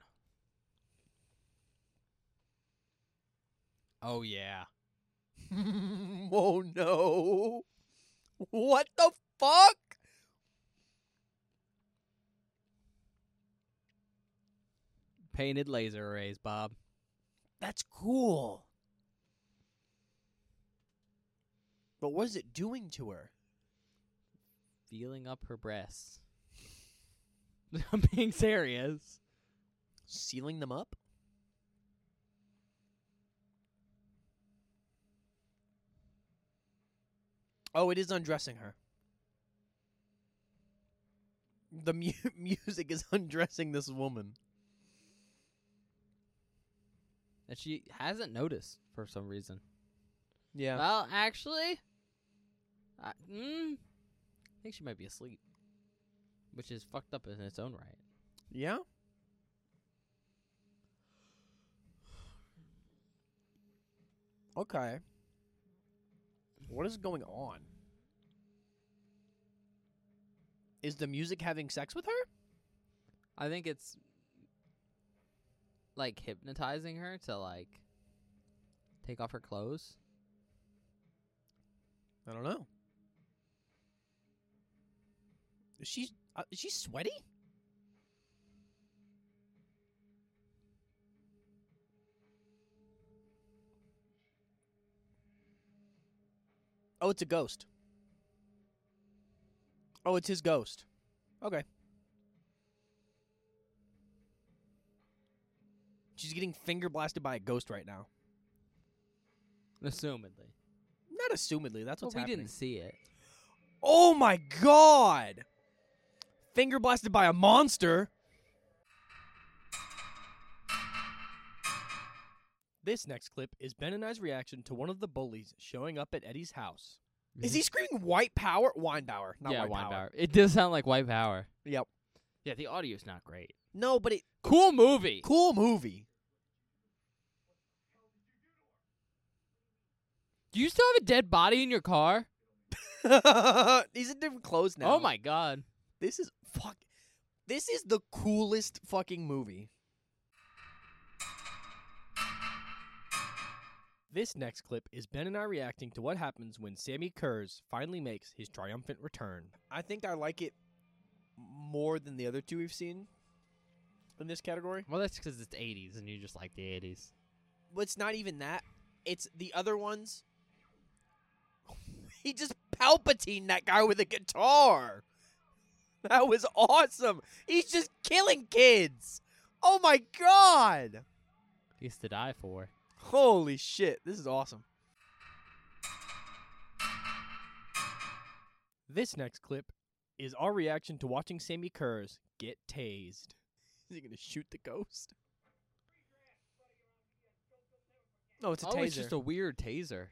Oh yeah. <laughs> oh no. What the fuck? Painted laser arrays, Bob. That's cool. But what is it doing to her? Feeling up her breasts. <laughs> I'm being serious. Sealing them up? Oh, it is undressing her. The mu- <laughs> music is undressing this woman. That she hasn't noticed for some reason. Yeah. Well, actually, I, mm, I think she might be asleep, which is fucked up in its own right. Yeah? Okay. What is going on? Is the music having sex with her? I think it's like hypnotizing her to like take off her clothes. <laughs> I don't know. Is she uh, is she sweaty? Oh, it's a ghost. Oh, it's his ghost. Okay. She's getting finger blasted by a ghost right now. Assumedly, Not assumedly, that's but what's we happening. didn't see it. Oh my god! Finger blasted by a monster. This next clip is Ben and I's reaction to one of the bullies showing up at Eddie's house. Is he screaming white power? Weinbauer, not Mm-hmm. yeah, white white power. power. It does sound like white power. Yep. Yeah, the audio's not great. No, but it Cool movie. cool movie. <laughs> Do you still have a dead body in your car? He's in different clothes now. Oh my god. This is fuck. This is the coolest fucking movie. This next clip is Ben and I reacting to what happens when Sammy Kurz finally makes his triumphant return. I think I like it more than the other two we've seen in this category. Well, that's because it's 80s and you just like the 80s. But it's not even that. It's the other ones. <laughs> he just palpatine that guy with a guitar. That was awesome. He's just killing kids. Oh my god. He's to die for. Holy shit. This is awesome. This next clip is our reaction to watching Sammy Kerrs get tased. <laughs> Is he going to shoot the ghost? No, it's a taser. oh, it's just a weird taser.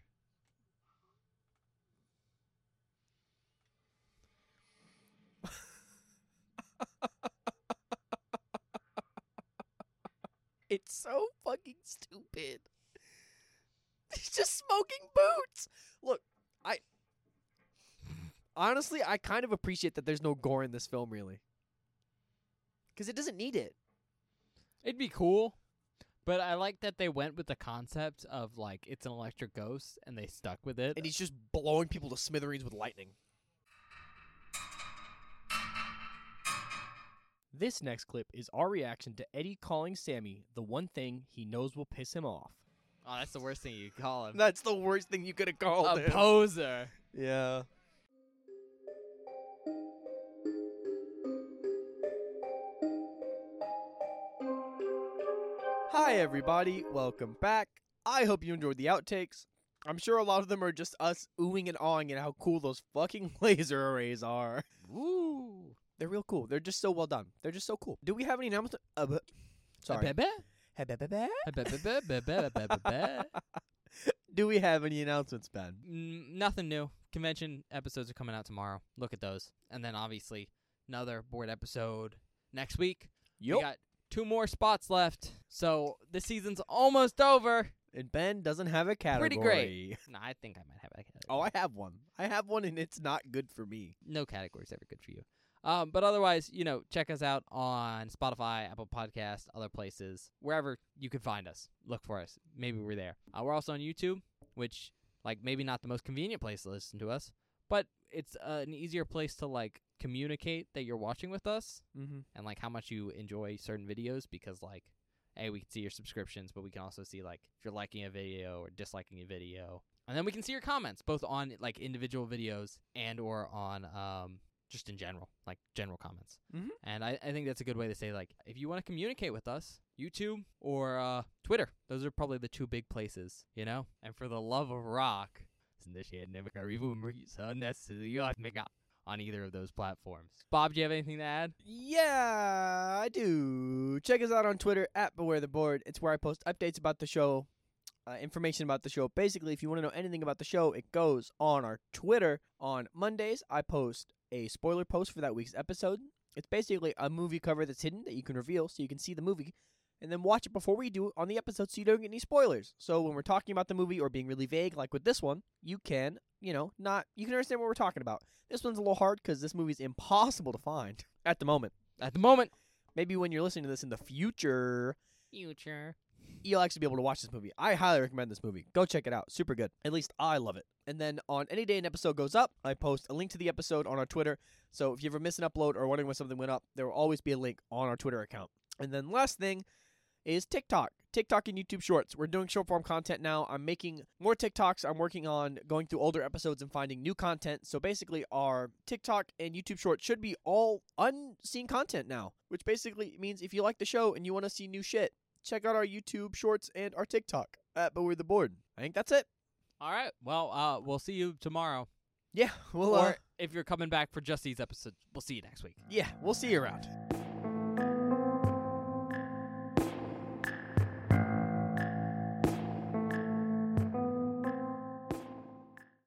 It's so fucking stupid. He's just smoking boots. Look, I honestly I kind of appreciate that there's no gore in this film, really, because it doesn't need it. It'd be cool, but I like that they went with the concept of like it's an electric ghost and they stuck with it. And he's just blowing people to smithereens with lightning. This next clip is our reaction to Eddie calling Sammy the one thing he knows will piss him off. oh, that's the worst thing you could <laughs> call him. That's the worst thing you could have called a poser. Yeah. Hi, everybody. Welcome back. I hope you enjoyed the outtakes. I'm sure a lot of them are just us oohing and awing at how cool those fucking <laughs> laser arrays are. Woo. They're real cool. They're just so well done. They're just so cool. Do we have any announcements? Uh, but- sorry. Bebe? Hey, ba- ba- ba. Bebe, bebe, bebe, bebe, bebe. <laughs> Do we have any announcements, Ben? Mm, Nothing new. Convention episodes are coming out tomorrow. Look at those. And then obviously another board episode next week. Yup. We got two more spots left. So the season's almost over. and Ben doesn't have a category. Pretty great. No, I think I might have a category. Oh, I have one. I have one, and it's not good for me. no categories ever good for you. Um, but otherwise, you know, check us out on Spotify, Apple Podcast, other places, wherever you can find us. Look for us. Maybe we're there. Uh, we're also on YouTube, which, like, maybe not the most convenient place to listen to us, but it's uh, an easier place to like communicate that you're watching with us Mm-hmm. and like how much you enjoy certain videos because like hey we can see your subscriptions but we can also see like if you're liking a video or disliking a video and then we can see your comments both on like individual videos and or on um just in general like general comments Mhm. and I, I think that's a good way to say like if you want to communicate with us youtube or uh, twitter those are probably the two big places you know and for the love of rock <laughs> on either of those platforms bob do you have anything to add Yeah, I do. Check us out on Twitter at Beware the Board. It's where I post updates about the show, uh, information about the show. Basically, if you want to know anything about the show, it goes on our Twitter. On Mondays, I post a spoiler post for that week's episode. It's basically a movie cover that's hidden that you can reveal so you can see the movie and then watch it before we do on the episode so you don't get any spoilers. So when we're talking about the movie or being really vague, like with this one, you can, you know, not, you can understand what we're talking about. This one's a little hard because this movie's impossible to find at the moment. at the moment. Maybe when you're listening to this in the future, Future. you'll actually be able to watch this movie. I highly recommend this movie. Go check it out. Super good. At least I love it. And then on any day an episode goes up, I post a link to the episode on our Twitter. So if you ever miss an upload or wondering when something went up, there will always be a link on our Twitter account. And then last thing is TikTok. TikTok and YouTube Shorts. We're doing short form content now. I'm making more TikToks. I'm working on going through older episodes and finding new content. So basically, our TikTok and YouTube Shorts should be all unseen content now, which basically means if you like the show and you want to see new shit, check out our YouTube shorts and our TikTok at But We're the Board. I think that's it. All right. Well, uh, we'll see you tomorrow. Yeah, we'll uh, or if you're coming back for just these episodes, we'll see you next week. yeah, we'll see you around.